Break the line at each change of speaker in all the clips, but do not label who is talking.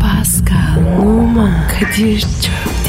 Pascal, Oman, Kadir çok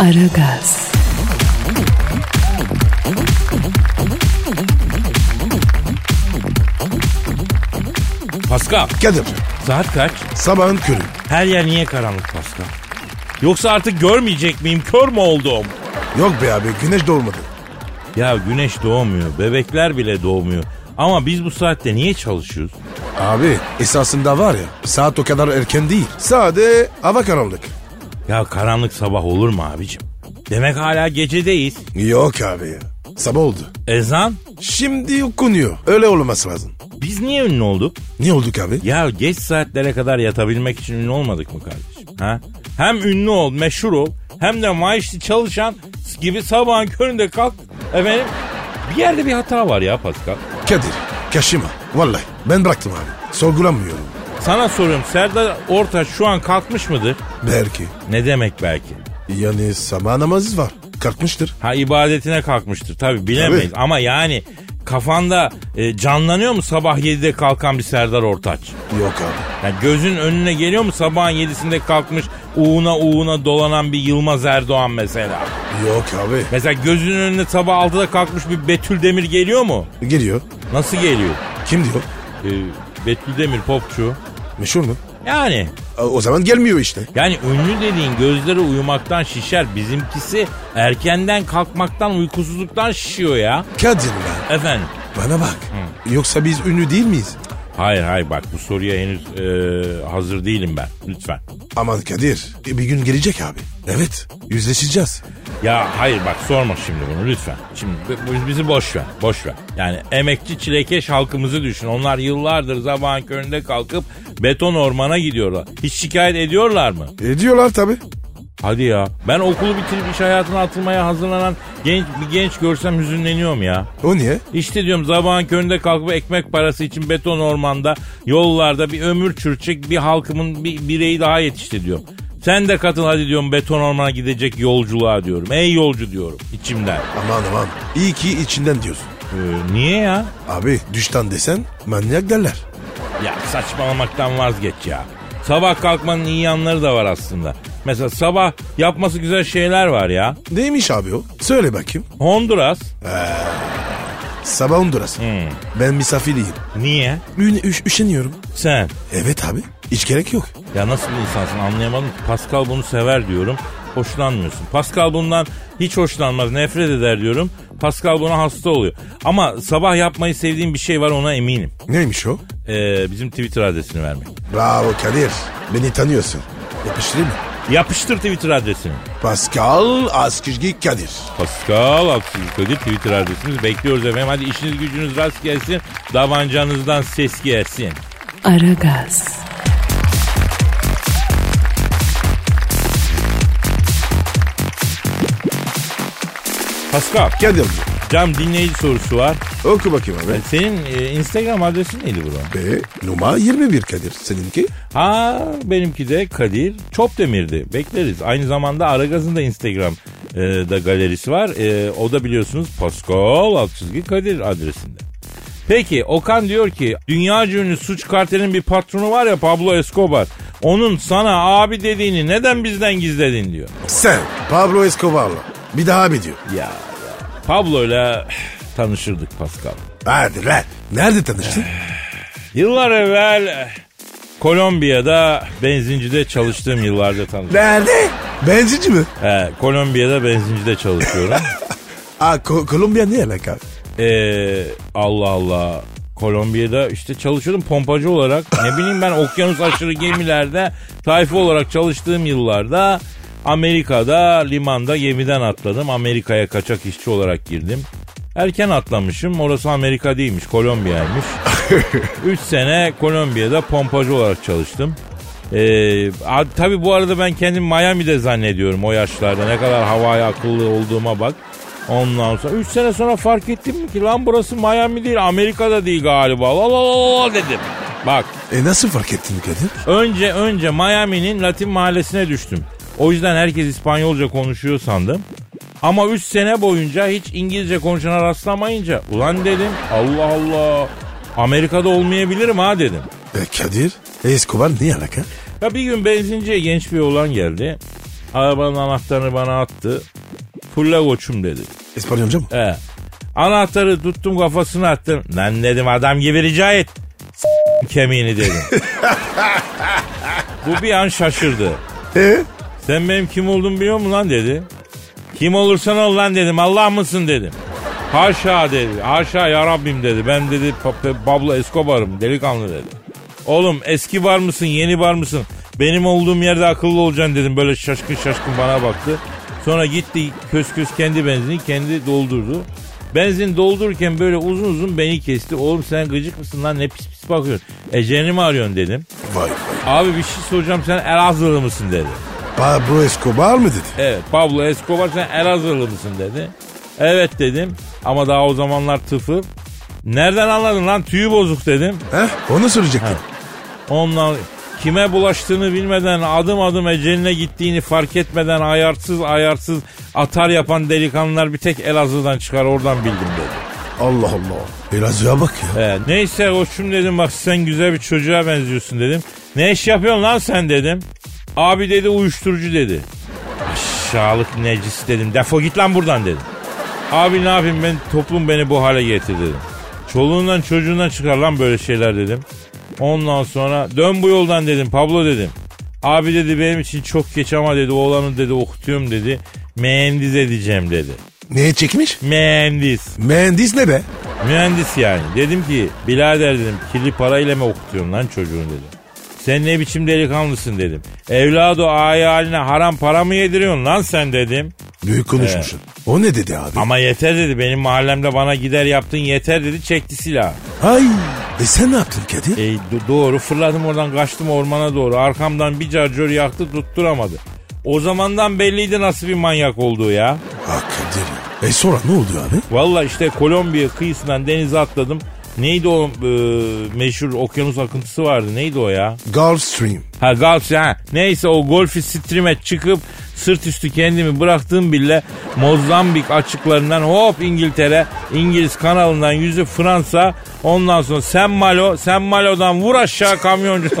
Aragaz,
Pascal
Kadir
saat kaç?
sabahın körü.
Her yer niye karanlık Pascal? Yoksa artık görmeyecek miyim? Kör mü oldum?
Yok be abi güneş doğmadı.
Ya güneş doğmuyor. Bebekler bile doğmuyor. Ama biz bu saatte niye çalışıyoruz?
Abi esasında var ya saat o kadar erken değil. Sade hava karanlık.
Ya karanlık sabah olur mu abicim? Demek hala gecedeyiz.
Yok abi ya. Sabah oldu.
Ezan?
Şimdi okunuyor. Öyle olması lazım.
Biz niye ünlü olduk?
Niye olduk abi?
Ya geç saatlere kadar yatabilmek için ünlü olmadık mı kardeşim? Ha? Hem ünlü ol, meşhur ol, hem de maaşlı çalışan gibi sabahın köründe kalk. Efendim bir yerde bir hata var ya Pascal.
Kadir kaşıma. Vallahi ben bıraktım abi. Sorgulamıyorum.
Sana soruyorum Serdar Ortaç şu an kalkmış mıdır?
Belki.
Ne demek belki?
Yani sabah namazı var. Kalkmıştır.
Ha ibadetine kalkmıştır tabi bilemeyiz ama yani kafanda e, canlanıyor mu sabah 7'de kalkan bir Serdar Ortaç?
Yok abi.
Yani gözün önüne geliyor mu sabahın 7'sinde kalkmış uğuna uğuna dolanan bir Yılmaz Erdoğan mesela?
Yok abi.
Mesela gözünün önüne sabah 6'da kalkmış bir Betül Demir geliyor mu?
Geliyor.
Nasıl geliyor?
Kim diyor?
Ee, Betül Demir popçu.
Meşhur mu?
Yani
O- O zaman gelmiyor işte.
yani ünlü dediğin gözleri uyumaktan şişer. Bizimkisi erkenden kalkmaktan uykusuzluktan şişiyor ya.
Kadir lan.
Efendim.
Bana bak. Yoksa biz ünlü değil miyiz?
Hayır hayır bak bu soruya henüz e, hazır değilim ben lütfen.
Aman Kadir. e, Bir gün gelecek abi. Evet. Yüzleşeceğiz.
Ya hayır bak sorma şimdi bunu lütfen. Şimdi bu- bu- bizi boş ver, boş ver. Yani emekçi çilekeş halkımızı düşün. Onlar yıllardır sabahın köründe kalkıp beton ormana gidiyorlar. Hiç şikayet ediyorlar mı?
E diyorlar tabi.
Hadi ya. Ben okulu bitirip iş hayatına atılmaya hazırlanan genç bir genç görsem hüzünleniyorum ya.
O niye?
İşte diyorum sabahın köründe kalkıp ekmek parası için beton ormanda yollarda bir ömür çürçek bir halkımın bir bireyi daha yetişti diyorum. Sen de katıl hadi diyorum beton ormana gidecek yolculuğa diyorum. Ey yolcu diyorum içimden.
Aman aman. İyi ki içinden diyorsun.
Ee, niye ya?
Abi düşten desen manyak derler.
Ya saçmalamaktan vazgeç ya. Sabah kalkmanın iyi yanları da var aslında. Mesela sabah yapması güzel şeyler var ya.
Neymiş abi o? Söyle bakayım.
Honduras. Hmm.
Sabah Honduras. Ben misafiriyim.
Niye?
Ün, üş, üşeniyorum.
Sen.
Evet abi. Hiç gerek yok.
Ya nasıl bir insansın anlayamadım. ki. Pascal bunu sever diyorum. Hoşlanmıyorsun. Pascal bundan hiç hoşlanmaz. Nefret eder diyorum. Pascal buna hasta oluyor. Ama sabah yapmayı sevdiğim bir şey var ona eminim.
Neymiş o?
Ee, bizim Twitter adresini vermek.
Bravo Kadir. Beni tanıyorsun. Yapıştırayım mı?
Yapıştır Twitter adresini.
Pascal Askizgi Kadir.
Pascal Aksizlik Kadir Twitter adresimiz. Bekliyoruz efendim. Hadi işiniz gücünüz rast gelsin. Davancanızdan ses gelsin.
Aragaz,
Pascal,
Kadir.
cam dinleyici sorusu var.
Oku bakayım abi.
Ee, Senin e, Instagram adresin neydi bro?
Ve numara 21 Kadir. Seninki?
Ha benimki de Kadir Çopdemir'di. Bekleriz. Aynı zamanda Aragaz'ın da Instagram e, da galerisi var. E, o da biliyorsunuz Pascal Altçizgi Kadir adresinde. Peki Okan diyor ki dünya ünlü suç kartelinin bir patronu var ya Pablo Escobar. Onun sana abi dediğini neden bizden gizledin diyor.
Sen Pablo Escobar'la. Bir daha abi diyor.
Ya, ya. Pablo'yla tanışırdık Pascal.
Hadi lan. Nerede tanıştın?
Yıllar evvel eh, Kolombiya'da benzincide çalıştığım yıllarda tanıştım.
Nerede? Benzinci mi?
He, Kolombiya'da benzincide çalışıyorum.
Aa, Ko- Kolombiya ne alaka?
Ee, Allah Allah. Kolombiya'da işte çalışıyordum pompacı olarak. Ne bileyim ben okyanus aşırı gemilerde tayfa olarak çalıştığım yıllarda Amerika'da limanda gemiden atladım. Amerika'ya kaçak işçi olarak girdim. Erken atlamışım. Orası Amerika değilmiş, Kolombiya'ymış. 3 sene Kolombiya'da pompacı olarak çalıştım. Ee, a- tabii bu arada ben kendim Miami'de zannediyorum o yaşlarda. Ne kadar havaya akıllı olduğuma bak. Ondan sonra 3 sene sonra fark ettim ki lan burası Miami değil Amerika'da değil galiba. La la la la dedim. Bak
E nasıl fark ettin Kadir?
Önce önce Miami'nin Latin mahallesine düştüm. O yüzden herkes İspanyolca konuşuyor sandım. Ama 3 sene boyunca hiç İngilizce konuşana rastlamayınca ulan dedim Allah Allah Amerika'da olmayabilirim ha dedim.
E Kadir? E Escobar ne alaka?
Ya bir gün benzinciye genç bir oğlan geldi. Arabanın anahtarını bana attı. Fulla koçum dedi.
İspanyolca mı?
He. Anahtarı tuttum kafasına attım. Lan dedim adam gibi rica et. S- kemiğini dedim. Bu bir an şaşırdı.
E?
Sen benim kim olduğumu biliyor musun lan dedi. Kim olursan ol lan dedim. Allah mısın dedim. Haşa dedi. Haşa ya Rabbim dedi. Ben dedi Pa- Pa- Pablo Escobar'ım delikanlı dedi. Oğlum eski var mısın yeni var mısın? Benim olduğum yerde akıllı olacaksın dedim. Böyle şaşkın şaşkın bana baktı. Sonra gitti kös kös kendi benzini kendi doldurdu. Benzin doldururken böyle uzun uzun beni kesti. Oğlum sen gıcık mısın lan ne pis pis bakıyorsun. Eceni mi arıyorsun dedim.
Vay vay.
Abi bir şey soracağım sen Elazığlı mısın dedi.
Pablo Escobar mı dedi?
Evet Pablo Escobar sen Elazığlı mısın dedi. Evet dedim ama daha o zamanlar tıfı. Nereden anladın lan tüyü bozuk dedim.
He? Onu soracaktım.
Ondan kime bulaştığını bilmeden adım adım eceline gittiğini fark etmeden ayarsız ayarsız atar yapan delikanlılar bir tek Elazığ'dan çıkar oradan bildim dedi.
Allah Allah. Elazığ'a bak ya.
Evet, neyse koçum dedim bak sen güzel bir çocuğa benziyorsun dedim. Ne iş yapıyorsun lan sen dedim. Abi dedi uyuşturucu dedi. Aşağılık necis dedim. Defol git lan buradan dedim. Abi ne yapayım ben toplum beni bu hale getirdi dedim. Çoluğundan çocuğundan çıkar lan böyle şeyler dedim. Ondan sonra dön bu yoldan dedim Pablo dedim. Abi dedi benim için çok geç ama dedi oğlanı dedi okutuyorum dedi. Mühendis edeceğim dedi.
Neye çekmiş?
Mühendis.
Mühendis ne be?
Mühendis yani. Dedim ki birader dedim kirli parayla mı okutuyorsun lan çocuğunu dedim. Sen ne biçim delikanlısın dedim. Evladı ayı haline haram para mı yediriyorsun lan sen dedim.
Büyük konuşmuşsun. O ne dedi abi?
Ama yeter dedi benim mahallemde bana gider yaptın yeter dedi çekti silah.
Ay. E sen ne yaptın Kadir?
E, do- doğru fırladım oradan kaçtım ormana doğru arkamdan bir carcör yaktı tutturamadı. O zamandan belliydi nasıl bir manyak olduğu ya.
Ha Ah, Kadir ya. E sonra ne oldu abi?
Valla işte Kolombiya kıyısından denize atladım. Neydi o e, meşhur okyanus akıntısı vardı neydi o ya?
Gulf Stream.
Ha Galatasaray ha. Neyse o golfi stream'e çıkıp sırt üstü kendimi bıraktığım bile Mozambik açıklarından hop İngiltere, İngiliz kanalından yüzü Fransa. Ondan sonra Sen Malo, Sen Malo'dan vur aşağı kamyoncu.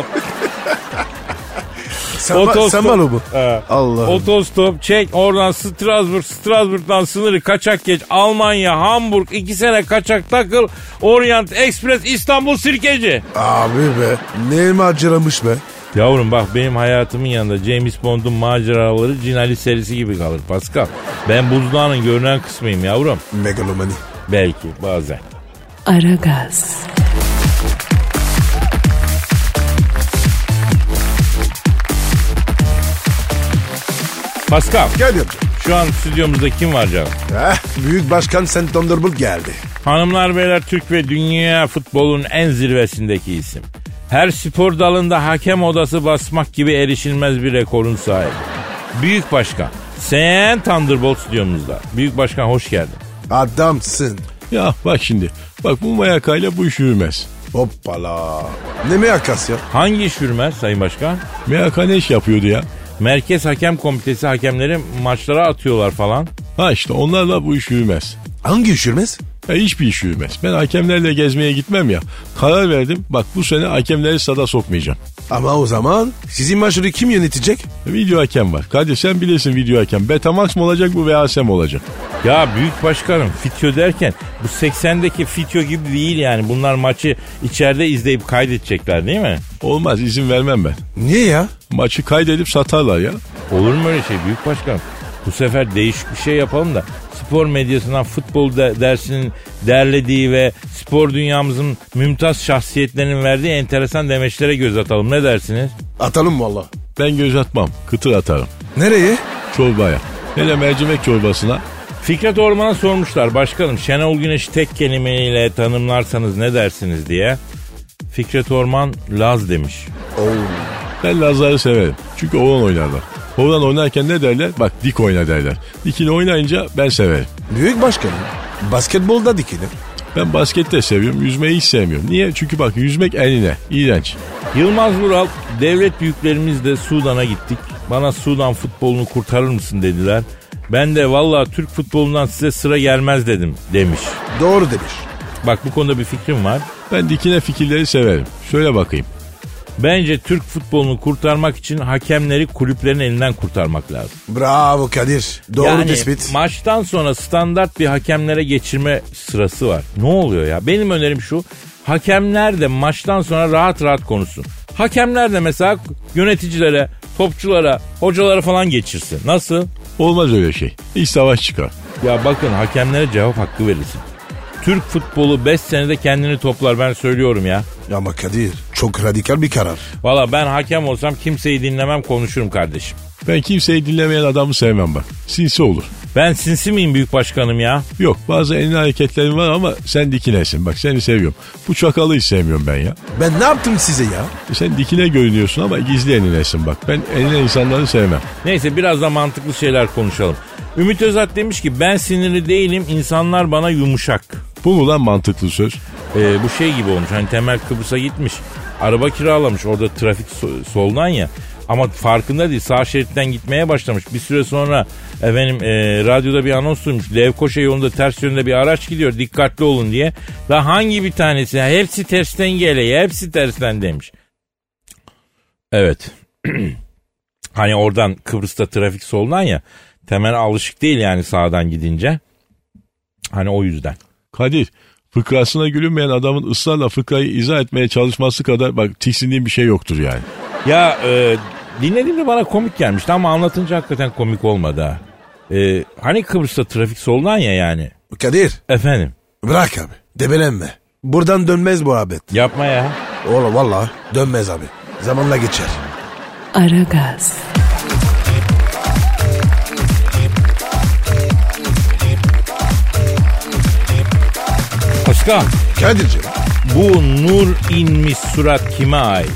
Sen, ba- sen balo bu.
He.
Allah'ım.
Otostop çek oradan Strasbourg, Strasbourg'dan sınırı kaçak geç. Almanya, Hamburg iki sene kaçak takıl. Orient Express İstanbul Sirkeci.
Abi be. Ne maceramış be.
Yavrum bak benim hayatımın yanında James Bond'un maceraları Cinali serisi gibi kalır Pascal. Ben buzdağının görünen kısmıyım yavrum.
Megalomani.
Belki bazen.
Aragaz,
Pascal
Gel yapacağım.
şu an stüdyomuzda kim var canım?
Heh, Eh, Büyük Başkan Sen Thunderbolt geldi.
Hanımlar beyler Türk ve dünya futbolun en zirvesindeki isim. Her spor dalında hakem odası basmak gibi erişilmez bir rekorun sahibi. Büyük Başkan. Sen Thunderbolt stüdyomuzda. Büyük Başkan hoş geldin.
Adamsın.
Ya bak şimdi. Bak bu mayakayla bu iş yürümez.
Hoppala. Ne meyakas ya?
Hangi iş yürümez Sayın Başkan?
Mayaka ne iş yapıyordu ya?
Merkez Hakem Komitesi hakemleri maçlara atıyorlar falan.
Ha işte onlarla bu iş yürümez.
Hangi üşürmez?
Ya hiçbir iş yürümez. Ben hakemlerle gezmeye gitmem ya. Karar verdim. Bak bu sene hakemleri sada sokmayacağım. E,
Ama o zaman sizin maçları kim yönetecek?
Video hakem var. Kadir sen bilirsin video hakem. Betamax mı olacak bu VHS mi olacak?
Ya büyük başkanım Fityo derken bu 80'deki Fityo gibi değil yani. Bunlar maçı içeride izleyip kaydedecekler değil mi?
Olmaz izin vermem ben.
Niye ya?
Maçı kaydedip satarlar ya.
Olur mu öyle şey büyük başkanım? Bu sefer değişik bir şey yapalım da spor medyasından futbol de- dersinin derlediği ve spor dünyamızın mümtaz şahsiyetlerinin verdiği enteresan demeçlere göz atalım. Ne dersiniz?
Atalım valla.
Ben göz atmam. Kıtır atarım.
Nereye?
Çorbaya. Hele mercimek çorbasına.
Fikret Orman'a sormuşlar başkanım Şenol Güneş'i tek kelimeyle tanımlarsanız ne dersiniz diye. Fikret Orman Laz demiş.
Oo.
Ben Lazlar'ı severim. Çünkü oğlan oynarlar. Oğlan oynarken ne derler? Bak dik oyna derler. Dikili oynayınca ben severim.
Büyük başkanım. Basketbolda dikilir.
Ben baskette seviyorum. Yüzmeyi hiç sevmiyorum. Niye? Çünkü bak yüzmek eline. İğrenç.
Yılmaz Vural devlet büyüklerimizle Sudan'a gittik. Bana Sudan futbolunu kurtarır mısın dediler. Ben de vallahi Türk futbolundan size sıra gelmez dedim demiş.
Doğru demiş.
Bak bu konuda bir fikrim var.
Ben dikine fikirleri severim. Şöyle bakayım.
Bence Türk futbolunu kurtarmak için hakemleri kulüplerin elinden kurtarmak lazım.
Bravo Kadir. Doğru
yani
tespit.
maçtan sonra standart bir hakemlere geçirme sırası var. Ne oluyor ya? Benim önerim şu. Hakemler de maçtan sonra rahat rahat konuşsun. Hakemler de mesela yöneticilere, topçulara, hocalara falan geçirsin. Nasıl?
Olmaz öyle şey. İş savaş çıkar.
Ya bakın hakemlere cevap hakkı verilsin. Türk futbolu 5 senede kendini toplar ben söylüyorum ya.
Ama Kadir çok radikal bir karar.
Valla ben hakem olsam kimseyi dinlemem konuşurum kardeşim.
Ben kimseyi dinlemeyen adamı sevmem bak. Sinsi olur.
Ben sinsi miyim büyük başkanım ya?
Yok bazı elin hareketlerin var ama sen dikinesin. Bak seni seviyorum. Bu çakalı hiç sevmiyorum ben ya.
Ben ne yaptım size ya?
E Sen dikine görünüyorsun ama gizli elinesin bak. Ben eline insanları sevmem.
Neyse biraz da mantıklı şeyler konuşalım. Ümit Özat demiş ki ben sinirli değilim insanlar bana yumuşak.
Bu mu lan mantıklı söz?
Ee, bu şey gibi olmuş hani Temel Kıbrıs'a gitmiş. Araba kiralamış orada trafik so- soldan ya. Ama farkında değil sağ şeritten gitmeye başlamış. Bir süre sonra efendim e, radyoda bir anons duymuş. Levkoşa yolunda ters yönde bir araç gidiyor dikkatli olun diye. La hangi bir tanesi? Ya Hepsi tersten gele hepsi tersten demiş. Evet. hani oradan Kıbrıs'ta trafik soldan ya. Temel alışık değil yani sağdan gidince. Hani o yüzden.
Kadir fıkrasına gülünmeyen adamın ısrarla fıkrayı izah etmeye çalışması kadar bak tiksindiğim bir şey yoktur yani.
Ya e, dinlediğimde bana komik gelmişti ama anlatınca hakikaten komik olmadı ha. E, hani Kıbrıs'ta trafik soldan ya yani.
Kadir
Efendim
bırak abi. Debelenme. Buradan dönmez bu abet.
yapma ya.
Oğlum valla dönmez abi. Zamanla geçer.
Aragaz,
Paskal
Kadir'cim.
bu nur inmiş surat kime ait?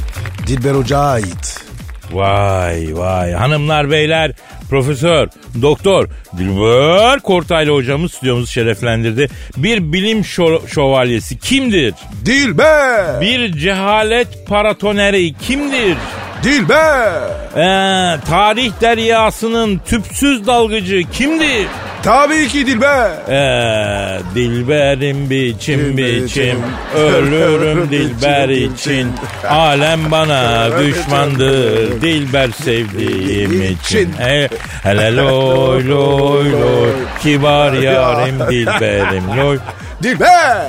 Dilber Hoca'ya ait.
Vay vay hanımlar beyler profesör doktor Dilber Kortaylı hocamız stüdyomuzu şereflendirdi. Bir bilim şo- şövalyesi kimdir?
Dilber!
Bir cehalet paratoneri kimdir?
Dilber!
Ee, tarih deryasının tüpsüz dalgıcı kimdir?
Tabii ki Dilber!
Ee, dilberim biçim biçim ölürüm dilber için alem bana düşmandır dilber sevdiğim için Ee, hele loy loy loy kibar yarim dilberim loy
Dilber!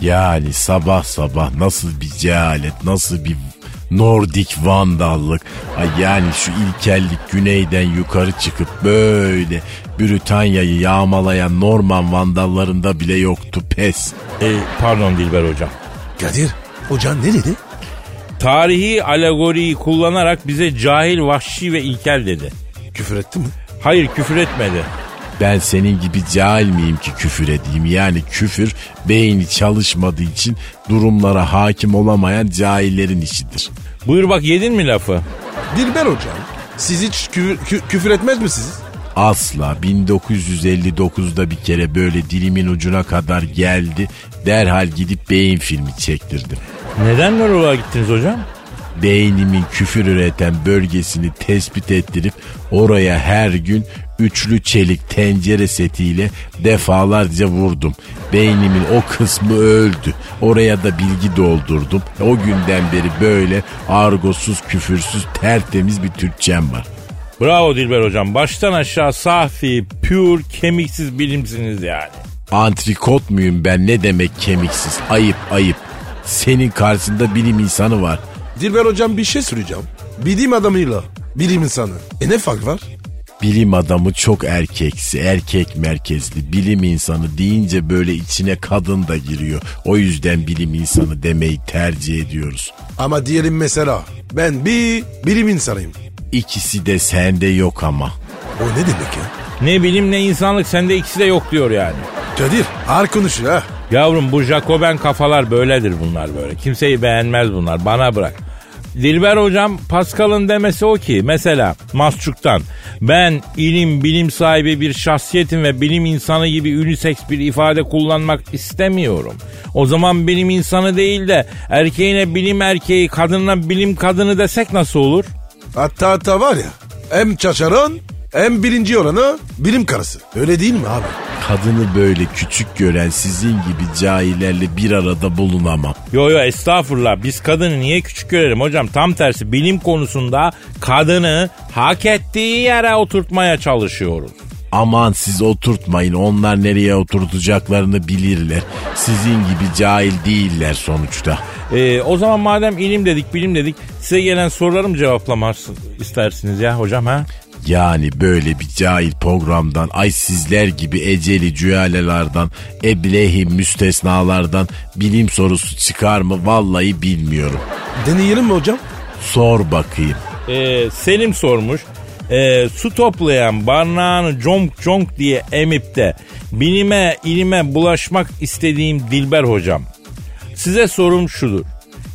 Yani sabah sabah nasıl bir cehalet, nasıl bir Nordik vandallık. Ay yani şu ilkellik güneyden yukarı çıkıp böyle Britanya'yı yağmalayan Norman vandallarında bile yoktu pes.
Ee, pardon dilber hocam
Kadir, hoca ne dedi?
tarihi alegoriyi kullanarak bize cahil vahşi ve ilkel dedi
Küfür etti mi?
hayır küfür etmedi
Ben senin gibi cahil miyim ki küfür edeyim? Yani küfür beyni çalışmadığı için durumlara hakim olamayan cahillerin işidir.
buyur bak yedin mi lafı
Dilber hocam. Siz hiç küfür, kü- küfür etmez misiniz?
Asla 1959'da bir kere böyle dilimin ucuna kadar geldi. Derhal gidip beyin filmi çektirdim.
neden nöroloğa gittiniz hocam
Beynimin küfür üreten bölgesini tespit ettirip oraya her gün üçlü çelik tencere setiyle defalarca vurdum. Beynimin o kısmı öldü. Oraya da bilgi doldurdum. O günden beri böyle argosuz küfürsüz tertemiz bir Türkçem var.
Bravo Dilber hocam. Baştan aşağı safi, pür, kemiksiz bilimsiniz yani.
Antrikot muyum ben ne demek kemiksiz ayıp ayıp. Senin karşında bilim insanı var.
Dilber hocam bir şey söyleyeceğim. Bilim adamıyla bilim insanı. E ne fark var?
Bilim adamı çok erkeksi, erkek merkezli. Bilim insanı deyince böyle içine kadın da giriyor. O yüzden bilim insanı demeyi tercih ediyoruz.
Ama diyelim mesela ben bir bilim insanıyım.
İkisi de sende yok ama.
O ne demek ya?
Ne bilim ne insanlık sende ikisi de yok diyor yani.
Kadir ağır konuşuyor ha.
Yavrum bu Jacoben kafalar böyledir bunlar böyle. Kimseyi beğenmez bunlar. Bana bırak. Dilber hocam Pascal'ın demesi o ki mesela Masçuk'tan ben ilim bilim sahibi bir şahsiyetim ve bilim insanı gibi unisex bir ifade kullanmak istemiyorum. O zaman bilim insanı değil de erkeğine bilim erkeği kadınına bilim kadını desek nasıl olur?
Hatta hatta var ya hem çaşaran hem birinci oranı bilim karısı. Öyle değil mi abi?
Kadını böyle küçük gören sizin gibi cahillerle bir arada bulunamam.
Yo yo estağfurullah biz kadını niye küçük görelim hocam tam tersi bilim konusunda kadını hak ettiği yere oturtmaya çalışıyoruz.
Aman siz oturtmayın onlar nereye oturtacaklarını bilirler. Sizin gibi cahil değiller sonuçta.
Ee, o zaman madem ilim dedik bilim dedik size gelen sorularım cevaplamak istersiniz ya hocam ha?
Yani böyle bir cahil programdan, ay sizler gibi eceli cüalelerden, eblehi müstesnalardan bilim sorusu çıkar mı vallahi bilmiyorum.
Deneyelim mi hocam?
Sor bakayım.
Ee, Selim sormuş. Ee, su toplayan barnağını conk conk diye emip de bilime ilime bulaşmak istediğim Dilber hocam. Size sorum şudur.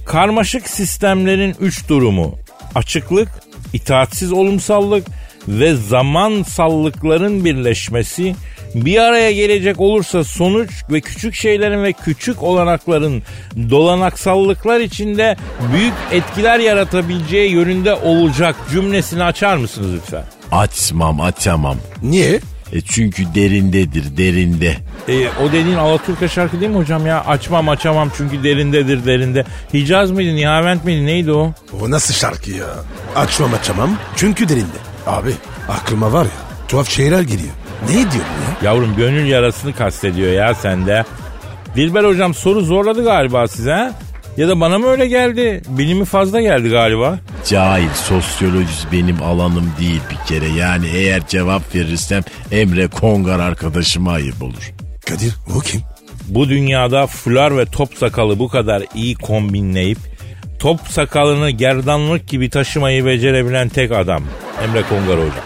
Karmaşık sistemlerin üç durumu. Açıklık, itaatsiz olumsallık ve zamansallıkların birleşmesi bir araya gelecek olursa sonuç ve küçük şeylerin ve küçük olanakların dolanaksallıklar içinde büyük etkiler yaratabileceği yönünde olacak cümlesini açar mısınız lütfen?
Açmam açamam.
Niye?
E çünkü derindedir derinde.
E, o dediğin Alaturka şarkı değil mi hocam ya? Açmam açamam çünkü derindedir derinde. Hicaz mıydı, Nihavent miydi neydi o?
O nasıl şarkı ya? Açmam açamam çünkü derinde. Abi aklıma var ya tuhaf şeyler geliyor. Ne diyor bu ya?
Yavrum gönül yarasını kastediyor ya sende. Dilber hocam soru zorladı galiba size ha? Ya da bana mı öyle geldi? Bilimi fazla geldi galiba.
Cahil sosyolojisi benim alanım değil bir kere. Yani eğer cevap verirsem Emre Kongar arkadaşıma ayıp olur.
Kadir o kim?
Bu dünyada fular ve top sakalı bu kadar iyi kombinleyip top sakalını gerdanlık gibi taşımayı becerebilen tek adam Emre Kongar hocam.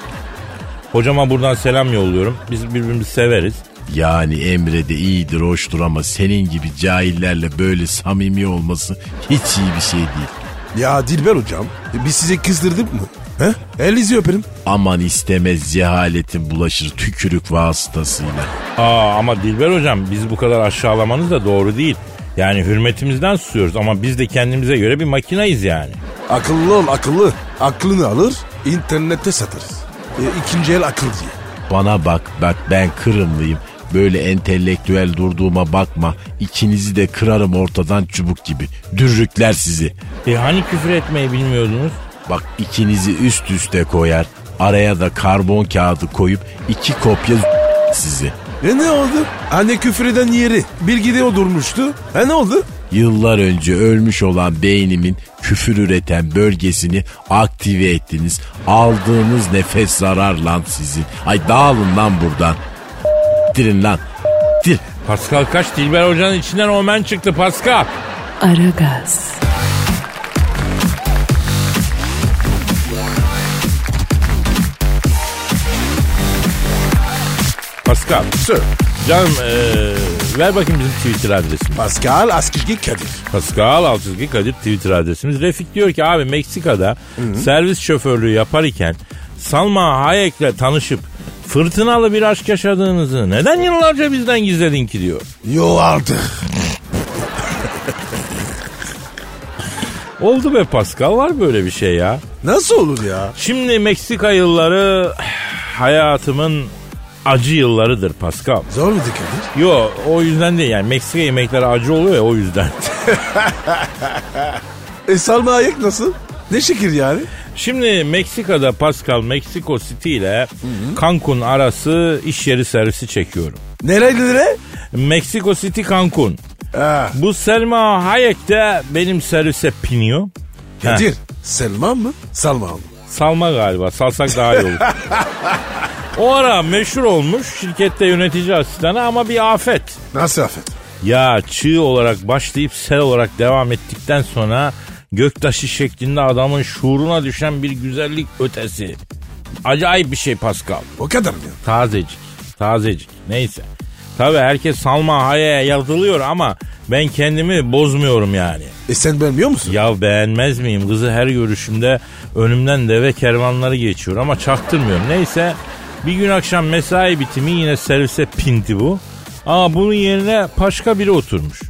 Hocama buradan selam yolluyorum. Biz birbirimizi severiz.
Yani Emre de iyidir hoştur ama senin gibi cahillerle böyle samimi olması hiç iyi bir şey değil.
Ya Dilber hocam biz sizi kızdırdık mı? He? Elinizi öperim.
Aman istemez cehaletin bulaşır tükürük vasıtasıyla.
Aa ama Dilber hocam biz bu kadar aşağılamanız da doğru değil. Yani hürmetimizden susuyoruz ama biz de kendimize göre bir makinayız yani.
Akıllı ol akıllı. Aklını alır internette satarız. E, ikinci el akıl diye.
Bana bak bak ben Kırımlıyım. Böyle entelektüel durduğuma bakma. İkinizi de kırarım ortadan çubuk gibi. Dürrükler sizi.
E hani küfür etmeyi bilmiyordunuz?
Bak ikinizi üst üste koyar. Araya da karbon kağıdı koyup iki kopya sizi.
E ne oldu? Anne küfreden yeri. Bilgide o durmuştu. E ne oldu?
Yıllar önce ölmüş olan beynimin küfür üreten bölgesini aktive ettiniz. Aldığınız nefes zarar lan sizin. Ay dağılın lan buradan. Dirin lan. Dir.
Pascal kaç Dilber hocanın içinden omen çıktı Pascal.
Aragaz,
Pascal.
Sir.
Canım eee, ver bakayım bizim Twitter adresimizi.
Pascal Askizgi Kadir.
Pascal Altçizgi Kadir Twitter adresimiz. Refik diyor ki abi Meksika'da servis şoförlüğü yapar iken Salma Hayek'le tanışıp fırtınalı bir aşk yaşadığınızı neden yıllarca bizden gizledin ki diyor.
Yo artık.
Oldu be Pascal var böyle bir şey ya.
Nasıl olur ya?
Şimdi Meksika yılları hayatımın acı yıllarıdır Pascal.
Zor muydu Kadir?
Yo o yüzden değil yani Meksika yemekleri acı oluyor ya o yüzden.
E Salma Hayek nasıl? Ne şekil yani?
Şimdi Meksika'da Pascal Meksiko City ile Cancun arası iş yeri servisi çekiyorum.
Nereydi nere?
Meksiko City Cancun.
Ha.
Bu Selma Hayek de benim servise piniyor.
Kadir. Selma mı? Salma mı?
Salma galiba. Salsak daha iyi olur. o ara meşhur olmuş şirkette yönetici asistanı ama bir afet.
Nasıl afet?
Ya çığ olarak başlayıp sel olarak devam ettikten sonra göktaşı şeklinde adamın şuuruna düşen bir güzellik ötesi. Acayip bir şey Pascal.
O kadar mı ya?
Tazecik. Tazecik. Neyse. Tabii herkes Salma Hayek'e yazılıyor ama ben kendimi bozmuyorum yani.
E sen beğenmiyor musun?
Ya beğenmez miyim? Kızı her görüşümde önümden deve kervanları geçiyor ama çaktırmıyorum. Neyse bir gün akşam mesai bitimi yine servise pinti bu. Aa bunun yerine başka biri oturmuş.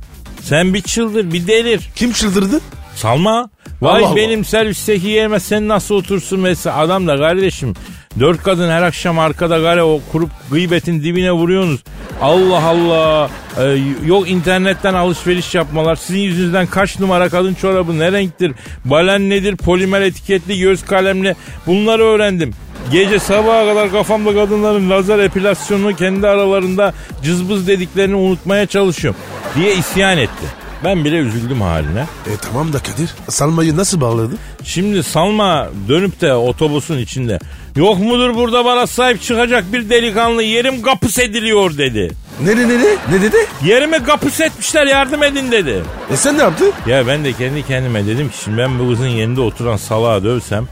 Sen bir çıldır bir delir.
Kim çıldırdı?
Salma. Vay
Allah Allah.
benim servisteki yerime sen nasıl otursun vesaire. Adam da kardeşim dört kadın her akşam arkada gale o kurup gıybetin dibine vuruyorsunuz. Allah Allah. Ee, yok internetten alışveriş yapmalar. Sizin yüzünüzden kaç numara kadın çorabı ne renktir? Balen nedir? Polimer etiketli göz kalemli. Bunları öğrendim. Gece sabaha kadar kafamda kadınların lazer epilasyonunu kendi aralarında cızbız dediklerini unutmaya çalışıyorum diye isyan etti. Ben bile üzüldüm haline.
E tamam da Kadir. Salmayı nasıl bağladı?
Şimdi Salma dönüp de otobüsün içinde yok mudur burada bana sahip çıkacak bir delikanlı yerim kapıs ediliyor dedi.
Nere nere? Ne dedi?
Yerime kapıs etmişler yardım edin dedi.
E sen ne yaptın?
Ya ben de kendi kendime dedim ki şimdi ben bu kızın yerinde oturan salağa dövsem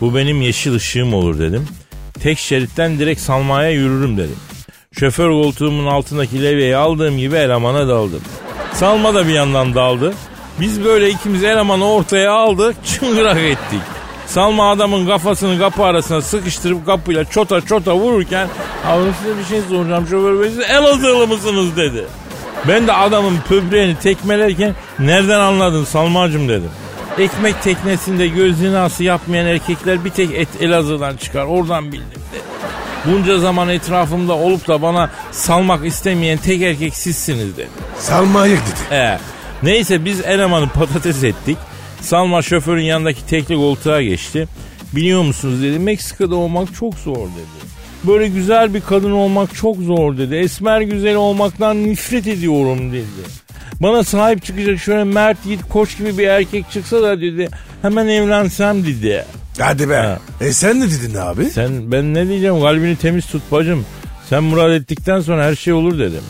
bu benim yeşil ışığım olur dedim. Tek şeritten direkt Salma'ya yürürüm dedim. Şoför koltuğumun altındaki levyeyi aldığım gibi elemana daldım. Salma da bir yandan daldı. Biz böyle ikimiz elemanı ortaya aldık çıngırak ettik. Salma adamın kafasını kapı arasına sıkıştırıp kapıyla çota çota vururken abi size bir şey soracağım şoför bey siz Elazığlı mısınız dedi. Ben de adamın böbreğini tekmelerken nereden anladın Salmacım dedim. Ekmek teknesinde göz zinası yapmayan erkekler bir tek et Elazığ'dan çıkar oradan bildim dedi. Bunca zaman etrafımda olup da bana salmak istemeyen tek erkek sizsiniz dedi.
Salmayı dedi.
Ee, neyse biz elemanı patates ettik. Salma şoförün yanındaki tekli koltuğa geçti. Biliyor musunuz dedi Meksika'da olmak çok zor dedi. Böyle güzel bir kadın olmak çok zor dedi. Esmer güzel olmaktan nefret ediyorum dedi. Bana sahip çıkacak şöyle mert yiğit koç gibi bir erkek çıksa da dedi hemen evlensem dedi.
Hadi be.
Ha.
E sen ne dedin abi?
Sen ben ne diyeceğim kalbini temiz tut bacım. Sen murat ettikten sonra her şey olur dedim.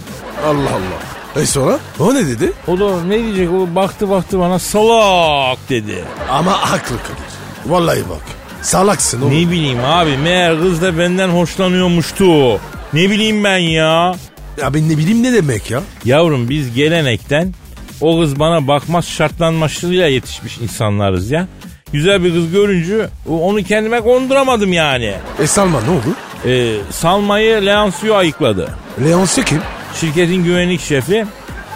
Allah Allah. E sonra? O ne dedi?
O da ne diyecek o baktı baktı bana salak dedi.
Ama haklı Kadir. Vallahi bak. Salaksın oğlum.
Ne bileyim abi meğer kız da benden hoşlanıyormuştu. Ne bileyim ben ya.
Ya ben ne bileyim ne demek ya?
Yavrum biz gelenekten o kız bana bakmaz şartlanmaşıyla yetişmiş insanlarız ya. Güzel bir kız görünce o- onu kendime konduramadım yani.
E Salma ne oldu?
Ee, Salma'yı Leoncio ayıkladı.
Leonsu kim?
Şirketin güvenlik şefi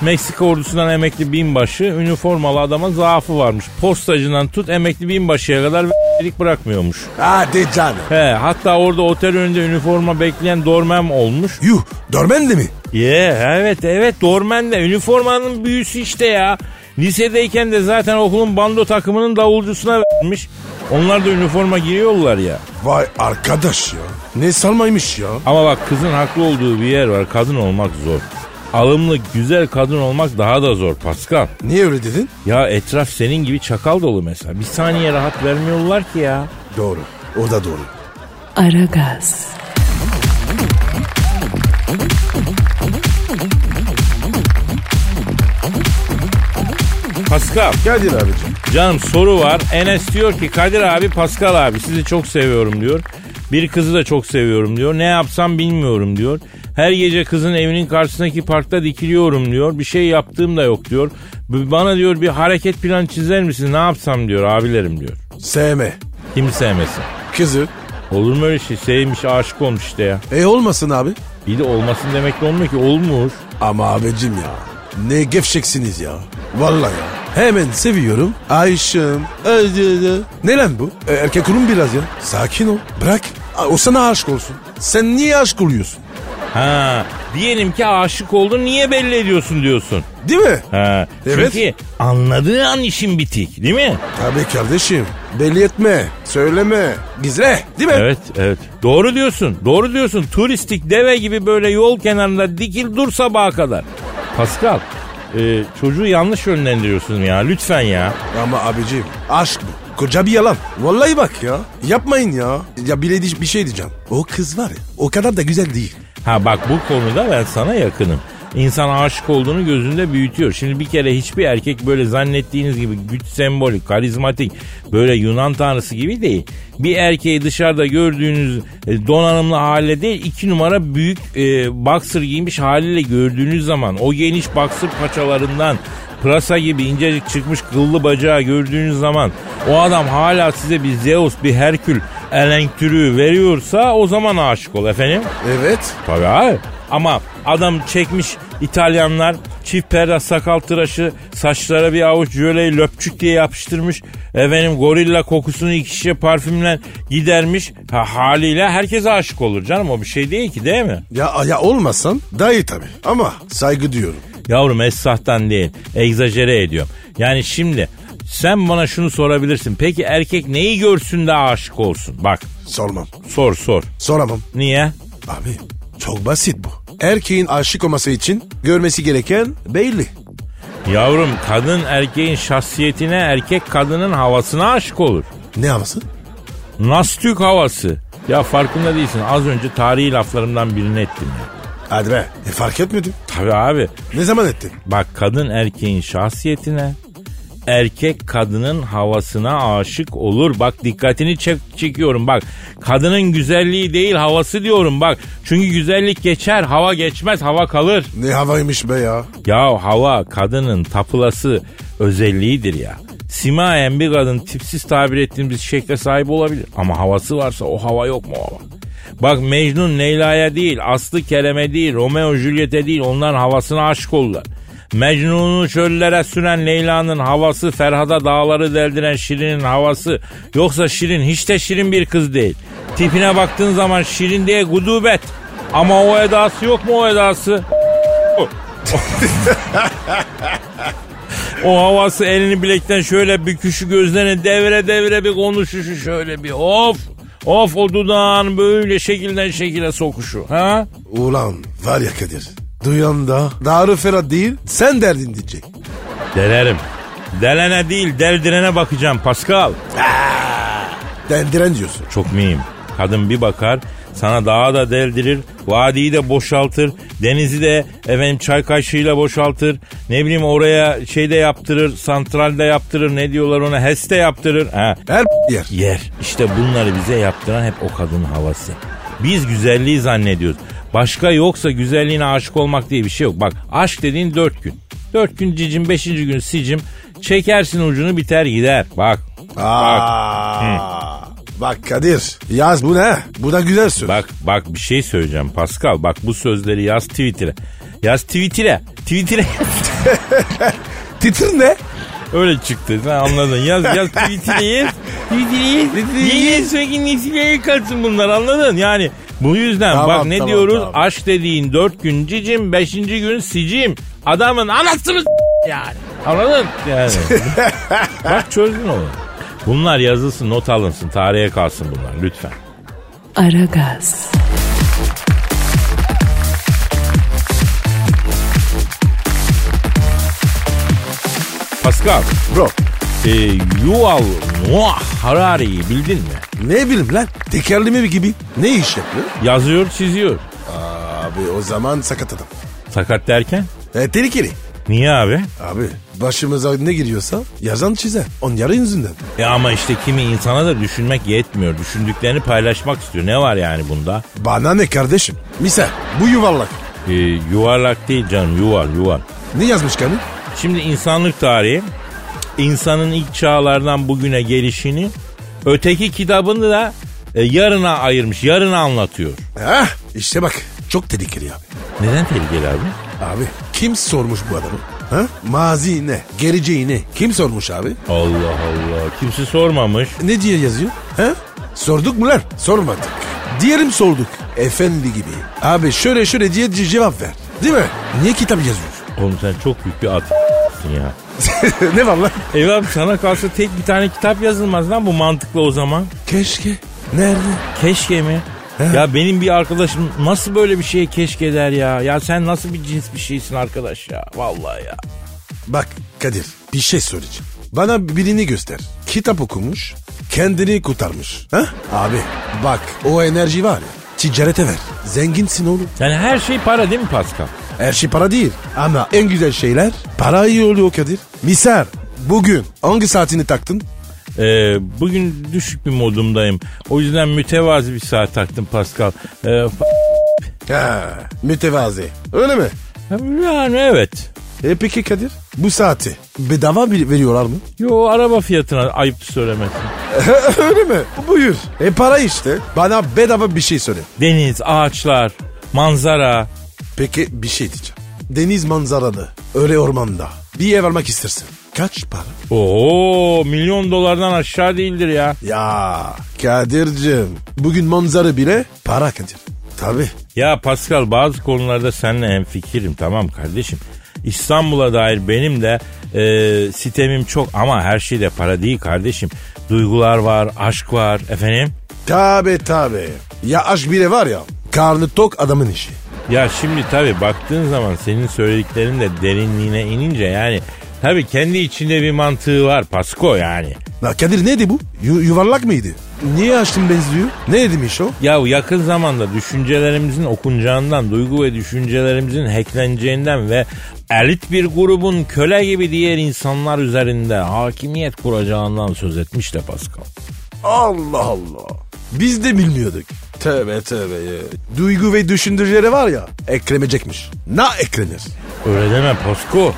Meksika ordusundan emekli binbaşı üniformalı adama zaafı varmış. Postacından tut emekli binbaşıya kadar v***lik bırakmıyormuş.
Hadi canım.
He, hatta orada otel önünde üniforma bekleyen dormem olmuş.
Yuh. Dörmen de mi?
Ye evet evet dormen de üniformanın büyüsü işte ya. Lisedeyken de zaten okulun bando takımının davulcusuna vermiş. Onlar da üniforma giyiyorlar ya.
Vay arkadaş ya. Ne salmaymış ya.
Ama bak kızın haklı olduğu bir yer var. Kadın olmak zor. Alımlı güzel kadın olmak daha da zor Pascal.
Niye öyle dedin?
Ya etraf senin gibi çakal dolu mesela. Bir saniye rahat vermiyorlar ki ya.
Doğru. O da doğru.
Aragaz,
Pascal
Kadir abicim.
Canım soru var. Enes diyor ki Kadir abi Pascal abi sizi çok seviyorum diyor. Bir kızı da çok seviyorum diyor. Ne yapsam bilmiyorum diyor. Her gece kızın evinin karşısındaki parkta dikiliyorum diyor. Bir şey yaptığım da yok diyor. B- Bana diyor bir hareket planı çizer misin ne yapsam diyor abilerim diyor.
Sevme.
Kim sevmesin?
Kızı.
Olur mu öyle şey? Sevmiş aşık olmuş işte ya.
E olmasın abi.
İyi de olmasın demek de olmuyor ki olmuş.
Ama abicim ya. Ne gevşeksiniz ya. Vallahi ya. Hemen seviyorum. Ayşım. Ayşım. Ne lan bu? E, erkek olun biraz ya. Sakin ol. Bırak. A, O sana aşık olsun. Sen niye aşık oluyorsun?
Ha, diyelim ki aşık oldun niye belli ediyorsun diyorsun.
Değil mi?
Ha,
Evet.
Çünkü anladığı an işin bitik değil mi?
Tabii kardeşim. Belli etme. Söyleme. Gizle. Değil mi?
Evet evet. Doğru diyorsun. Doğru diyorsun. Turistik deve gibi böyle yol kenarında dikil dur sabaha kadar. Pascal e, çocuğu yanlış yönlendiriyorsun ya lütfen ya.
Ama abicim aşk bu. Koca bir yalan. Vallahi bak ya. Yapmayın ya. Ya bile di- bir şey diyeceğim. O kız var ya o kadar da güzel değil.
Ha bak bu konuda ben sana yakınım. insan aşık olduğunu gözünde büyütüyor. Şimdi bir kere hiçbir erkek böyle zannettiğiniz gibi güç sembolik, karizmatik, böyle Yunan tanrısı gibi değil. Bir erkeği dışarıda gördüğünüz e, donanımlı hale değil, iki numara büyük e, boxer giymiş haliyle gördüğünüz zaman o geniş boxer paçalarından pırasa gibi incecik çıkmış kıllı bacağı gördüğünüz zaman o adam hala size bir Zeus, bir Herkül elektürü veriyorsa o zaman aşık ol efendim.
Evet.
Tabii abi. Ama adam çekmiş İtalyanlar çift perra sakal tıraşı saçlara bir avuç jöleyi löpçük diye yapıştırmış. Efendim gorilla kokusunu iki şişe parfümle gidermiş. Ha, haliyle herkese aşık olur canım o bir şey değil ki değil mi?
Ya, ya olmasan daha iyi tabii. Ama saygı diyorum.
Yavrum esrahtan değil. Egzajere ediyorum. Yani şimdi sen bana şunu sorabilirsin. Peki erkek neyi görsün de aşık olsun? Bak
Sormam.
sor sor.
Soramam.
Niye?
Abi çok basit bu. Erkeğin aşık olması için görmesi gereken belli.
Yavrum kadın erkeğin şahsiyetine erkek kadının havasına aşık olur.
Ne havası?
Nastük havası. Ya farkında değilsin az önce tarihi laflarımdan birini ettim. ya.
Hadi be. E, fark etmedim.
Tabii abi
Ne zaman ettin?
bak kadın erkeğin şahsiyetine erkek kadının havasına aşık olur. Bak dikkatini çek çekiyorum bak. Kadının güzelliği değil havası diyorum bak. Çünkü güzellik geçer hava geçmez hava kalır.
Ne havaymış be ya.
Ya hava kadının tapılası özelliğidir ya. Simayen bir kadın tipsiz tabir ettiğimiz şekle sahip olabilir. Ama havası varsa o hava yok mu o hava? Bak Mecnun Leyla'ya değil, Aslı Kerem'e değil, Romeo Juliet'e değil onların havasına aşık oldular. Mecnun'u çöllere süren Leyla'nın havası, Ferhat'a dağları deldiren Şirin'in havası. Yoksa Şirin hiç de Şirin bir kız değil. Tipine baktığın zaman Şirin diye gudubet. Ama o edası yok mu o edası? O havası elini bilekten şöyle bir küşü gözlerine devre devre bir konuşuşu şöyle bir of. Of o dudağın böyle şekilden şekile sokuşu. Ha?
Ulan var ya Kadir. Duyan da Darü Ferhat değil sen derdin diyecek.
Delerim. Delene değil deldirene bakacağım Pascal.
Dendiren diyorsun.
Çok miyim? Kadın bir bakar sana dağı da deldirir, vadiyi de boşaltır, denizi de efendim çay kaşığıyla boşaltır. Ne bileyim oraya şey de yaptırır, santralde yaptırır, ne diyorlar ona, HES'te yaptırır. Ha,
Her yer.
Yer. İşte bunları bize yaptıran hep o kadının havası. Biz güzelliği zannediyoruz. Başka yoksa güzelliğine aşık olmak diye bir şey yok. Bak aşk dediğin dört gün. Dört gün cicim, beşinci gün sicim. Çekersin ucunu biter gider. Bak,
Aa, bak Kadir yaz bu ne? Bu da güzel söz.
bak, bak bir şey söyleyeceğim Pascal. Bak bu sözleri yaz Twitter'e. Yaz Twitter'e. Twitter'e.
Titir ne?
Öyle çıktı. Sen anladın. Yaz yaz Twitter'e yaz. Twitter'e yaz. Yeni sürekli nesillere kalsın bunlar anladın. Yani bu yüzden
Tamam,
bak ne
tamam,
diyoruz?
tamam.
Aşk dediğin dört gün cicim, beşinci gün sicim. Adamın anasını s- yani. Anladın? Yani. bak çözdün onu. Bunlar yazılsın, not alınsın, tarihe kalsın bunlar lütfen.
Aragaz,
Pascal,
Bro
e, Yuval Noah Harari'yi bildin mi?
ne bileyim lan tekerleme gibi ne iş yapıyor?
Yazıyor, çiziyor.
Abi o zaman sakat adam.
Sakat derken?
E, tehlikeli.
Niye abi?
Abi başımıza ne giriyorsa yazan çizer. On yarı yüzünden.
E ama işte kimi insana da düşünmek yetmiyor. Düşündüklerini paylaşmak istiyor. Ne var yani bunda?
Bana ne kardeşim? Misal bu yuvarlak.
E, yuvarlak değil canım yuvar yuvar.
Ne yazmış kanı?
Şimdi insanlık tarihi insanın ilk çağlardan bugüne gelişini öteki kitabını da e, yarına ayırmış. Yarını anlatıyor.
Heh Ah, işte bak çok tehlikeli abi.
Neden tehlikeli abi?
Abi kim sormuş bu adamı? Ha? Mazi ne? Geleceği ne? Kim sormuş abi?
Allah Allah. Kimse sormamış.
Ne diye yazıyor? Ha? Sorduk mu lan? Sormadık. Diyelim sorduk. Efendi gibi. Abi şöyle şöyle diye ce- cevap ver. Değil mi? Niye kitap yazıyorsun?
Oğlum sen çok büyük bir at ya.
ne var lan?
Evlam sana kalsa tek bir tane kitap yazılmaz lan bu mantıklı o zaman.
Keşke. Nerede?
Keşke mi? Ya benim bir arkadaşım nasıl böyle bir şeye keşke der ya? Ya sen nasıl bir cins bir şeysin arkadaş ya? Vallahi ya.
Bak Kadir bir şey söyleyeceğim. Bana birini göster. Kitap okumuş, kendini kurtarmış. Ha? Abi bak o enerji var ya. Ticarete ver. Zenginsin oğlum.
Yani her şey para değil mi Pascal?
Her şey para değil. Ama en güzel şeyler para iyi oluyor Kadir. Misal bugün hangi saatini taktın?
Ee, bugün düşük bir modumdayım. O yüzden mütevazi bir saat taktım Pascal. Ee, fa-
Ha, mütevazi. Öyle mi?
yani evet.
E peki Kadir? Bu saati bedava bir veriyorlar mı?
Yo araba fiyatına ayıp söylemesi.
Öyle mi? Buyur. E para işte. Bana bedava bir şey söyle.
Deniz, ağaçlar, manzara.
Peki bir şey diyeceğim. Deniz manzaralı, öyle ormanda. Bir ev almak istersin. Kaç para?
Oo milyon dolardan aşağı değildir ya.
Ya Kadir'cim bugün manzara bile para Kadir. Tabi.
Ya Pascal bazı konularda seninle hemfikirim tamam kardeşim. İstanbul'a dair benim de e, sitemim çok ama her şey de para değil kardeşim. Duygular var, aşk var efendim.
Tabi tabi. Ya aşk bile var ya karnı tok adamın işi.
Ya şimdi tabii baktığın zaman senin söylediklerin de derinliğine inince yani tabii kendi içinde bir mantığı var Pasko yani.
Ya Kadir neydi bu? Yu- yuvarlak mıydı? Niye açtım benziyor? Ne demiş o?
Ya yakın zamanda düşüncelerimizin okunacağından, duygu ve düşüncelerimizin hackleneceğinden ve elit bir grubun köle gibi diğer insanlar üzerinde hakimiyet kuracağından söz etmiş de Pascal.
Allah Allah. Biz de bilmiyorduk. Tövbe tövbe. ya. Duygu ve düşündürleri var ya eklemecekmiş. Na eklenir.
Öyle deme Pasko.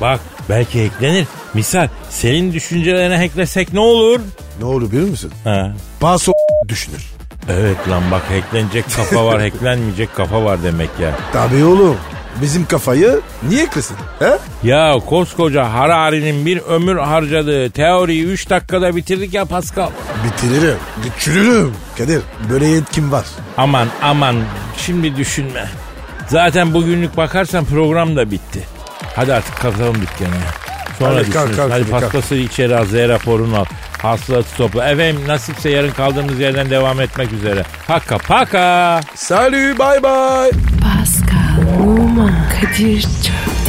Bak belki hacklenir. Misal senin düşüncelerine hacklesek ne olur?
Ne olur biliyor musun?
Ha.
Paso düşünür.
Evet lan bak hacklenecek kafa var, hacklenmeyecek kafa var demek ya.
Tabii oğlum. Bizim kafayı niye kısın? He?
Ya koskoca Harari'nin bir ömür harcadığı teoriyi 3 dakikada bitirdik ya Pascal.
Bitiririm. Güçürürüm. Kadir böyle yetkim var.
Aman aman şimdi düşünme. Zaten bugünlük bakarsan program da bitti. Hadi artık kapatalım dükkanı. ya. Sonra
Hadi kalk,
düşünürsün.
kalk,
Hadi
kalk.
pastası içeri al, Z raporunu al. Hasılatı topla. Efendim nasipse yarın kaldığımız yerden devam etmek üzere. Hakka paka.
Salü bay bay.
Pascal, Oman, Kadir çok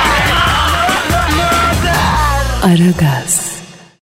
Aragaz.